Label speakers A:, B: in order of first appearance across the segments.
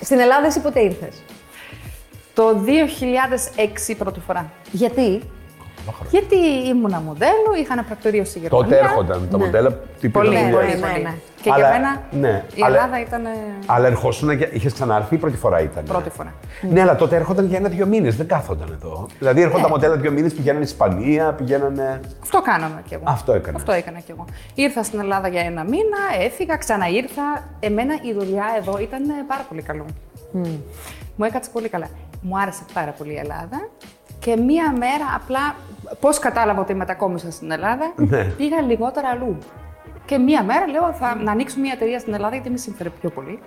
A: Στην Ελλάδα εσύ ποτέ ήρθες.
B: Το 2006 πρώτη φορά.
A: Γιατί.
B: Γιατί ήμουνα μοντέλο, είχα ένα πρακτορείο στη Γερμανία.
C: Τότε έρχονταν τα μοντέλα. Τι
B: Ναι. Πολύ,
C: πήγαιναν
B: πολύ,
C: δουλειές.
A: ναι,
B: πολύ.
A: ναι.
B: Και
C: Αλλά-
B: για μένα
C: ναι,
B: η
C: αλλά-
B: Ελλάδα ήταν.
C: Αλλά ερχόσουν και είχες ξανάρθει ή πρώτη φορά ήταν.
B: Πρώτη φορά.
C: Ναι, αλλά τότε έρχονταν για ένα-δύο μήνες, δεν κάθονταν εδώ. Δηλαδή έρχονταν
B: Ναι.
C: μοντέλα δύο μήνες, πηγαίνανε Ισπανία, πηγαίνανε.
B: Αυτό κάναμε κι εγώ.
C: Αυτό έκανα.
B: Αυτό έκανα κι εγώ. Ήρθα στην Ελλάδα για ένα μήνα, έφυγα, ξαναήρθα. Εμένα η δουλειά εδώ ήταν ε, πάρα πολύ καλό. Μου έκατσε πολύ καλά. Μου άρεσε πάρα πολύ η Ελλάδα. Και μία μέρα απλά, πώς κατάλαβα ότι μετακόμισα στην Ελλάδα,
C: Ναι.
B: πήγα λιγότερα αλλού. Και μία μέρα λέω θα, να ανοίξω μία εταιρεία στην Ελλάδα γιατί με συμφέρει πιο πολύ.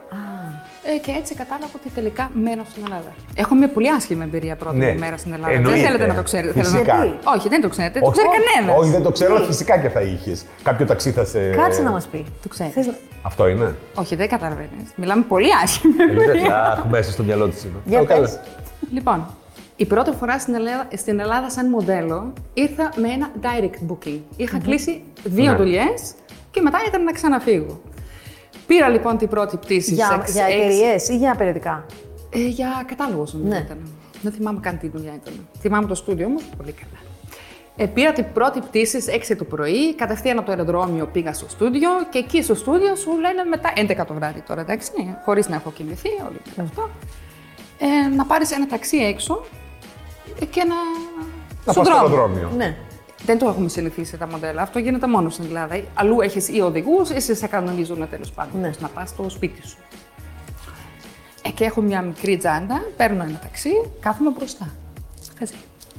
B: Ε, και έτσι κατάλαβα ότι τελικά μένω στην Ελλάδα. Έχω μια πολύ άσχημη εμπειρία πρώτη
C: Ναι.
B: μου μέρα στην Ελλάδα.
C: Εννοείται.
B: Δεν θέλετε να το ξέρετε. θέλω να-
C: Φυσικά.
B: Όχι, δεν το ξέρετε. Το ξέρει κανένας.
C: Όχι, δεν το ξέρω, αλλά φυσικά και θα είχες. Κάποιο ταξί θα σε.
A: Κάτσε να μας πει.
B: Το ξέρεις.
A: Θες να-
C: Αυτό είναι.
B: Όχι, δεν καταλαβαίνεις. Μιλάμε πολύ άσχημα.
C: Αχ, μέσα στο μυαλό της είναι.
A: Για
C: Ω, καλά.
A: πες.
B: λοιπόν, η πρώτη φορά στην Ελλάδα, στην Ελλάδα σαν μοντέλο ήρθα με ένα direct booking. Είχα κλείσει δύο
C: Ναι.
B: δουλειές και μετά ήταν να ξαναφύγω. Πήρα λοιπόν την πρώτη πτήση στις
A: Για,
B: έξι-
A: για
B: έξι-
A: εταιρείες ή για περιοδικά.
B: Ε, για κατάλογος νομίζω
A: Ναι.
B: ήταν. Δεν θυμάμαι καν τι δουλειά ήταν. Θυμάμαι το στούντιο όμως πολύ καλά. Ε, πήρα την πρώτη πτήση στις 6 το πρωί, κατευθείαν από το αεροδρόμιο πήγα στο στούντιο και εκεί στο στούντιο σου λένε μετά 11 το βράδυ τώρα, εντάξει, ναι, χωρίς να έχω κοιμηθεί, όλοι και αυτό, ε, να πάρεις ένα ταξί έξω ε, και να...
C: Να
B: στον
C: πας στο
B: δρόμο.
C: αεροδρόμιο.
A: Ναι.
B: Δεν το έχουμε συνηθίσει τα μοντέλα. Αυτό γίνεται μόνο στην Ελλάδα. Αλλού έχεις ή οδηγούς, εσύ σε κανονίζουν τέλος πάντων.
A: Ναι.
B: Ναι. Να πας στο σπίτι σου. Ε, και έχω μια μικρή τσάντα, παίρνω ένα ταξί, κάθομαι μπροστά. Έτσι.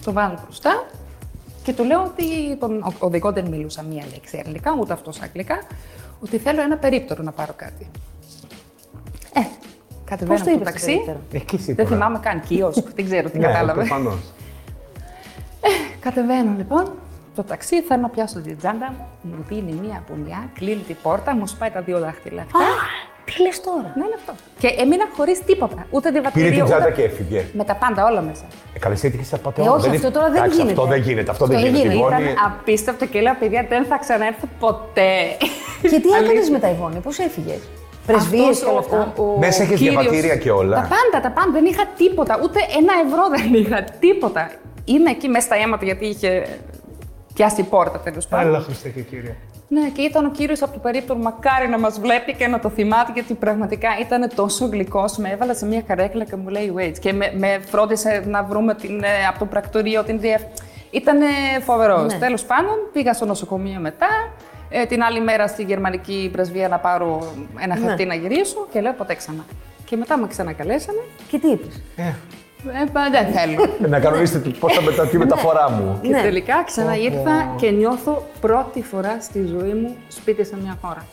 B: Το βάλω μπροστά και του λέω ότι τον ο- οδηγό δεν μιλούσα μία λέξη αγγλικά, ούτε αυτός αγγλικά, ότι θέλω ένα περίπτερο να πάρω κάτι. Ε, κατεβαίνω
A: Πώς το
B: από το
A: είπε
B: ταξί.
C: Ε, Εκεί
B: Δεν
C: σίγουρα.
B: θυμάμαι καν κιόσκ, δεν ξέρω τι
C: Ναι,
B: κατάλαβε.
C: προφανώς.
B: Κατεβαίνω λοιπόν το ταξί, θέλω να πιάσω την τσάντα μου, μου δίνει μία πουλιά, κλείνει την πόρτα, μου σπάει τα δύο δάχτυλα αυτά.
A: Τι λες τώρα.
B: Ναι, είναι αυτό. Και έμεινα χωρίς τίποτα, ούτε
C: Πήρε
B: διαβατήριο.
C: την τσάντα
B: ούτε...
C: και έφυγε.
B: Με τα πάντα όλα μέσα.
C: Ε, Καλέ έτυχε απαταιώνα.
A: Ε, όχι, αυτό τώρα δεν
C: Εντάξει,
A: γίνεται.
C: Αυτό δεν γίνεται. Αυτό δεν
A: Αυτό δεν
C: γίνεται.
A: γίνεται.
C: Γιβόνι.
B: Ήταν απίστευτο και λέω, παιδιά, δεν θα ξαναέρθω ποτέ.
A: Και τι έκανε
B: Αλήθεια.
A: μετά, Ιβόνη, πώς έφυγες. Πρεσβείες και όλα
B: Αυτός ο-
A: αυτά.
B: ο- ο
C: Μέσα έχεις
B: κύριος-
C: διαβατήρια και όλα.
B: Τα πάντα, τα πάντα. Δεν είχα τίποτα. Ούτε ένα ευρώ δεν είχα. Τίποτα. Είμαι εκεί μέσα στα αίματα γιατί είχε πιάσει η πόρτα τέλος πάντων.
C: Έλα, Χριστέ και κύριε.
B: Ναι, και ήταν ο κύριος από το περίπτωμα. Μακάρι να μας βλέπει και να το θυμάται, γιατί πραγματικά ήταν τόσο γλυκός. Με έβαλε σε μια καρέκλα και μου λέει Wait. Και με, με φρόντισε να βρούμε την, ε, από το πρακτορείο την διευ... Ήταν φοβερός.
A: Ναι.
B: Ναι. Τέλος πάντων, πήγα στο νοσοκομείο μετά. Ε, την άλλη μέρα στη γερμανική πρεσβεία να πάρω ένα
A: Ναι.
B: χαρτί να γυρίσω και λέω ποτέ ξανά. Και μετά με ξανακαλέσανε.
A: Και τι είπες.
B: Ε, «Πα, δεν θέλω.
C: Να κανονίσετε πώς θα
A: Ναι.
C: μετά τη μεταφορά μου.
B: Και τελικά ξαναήρθα και νιώθω πρώτη φορά στη ζωή μου σπίτι σε μια χώρα.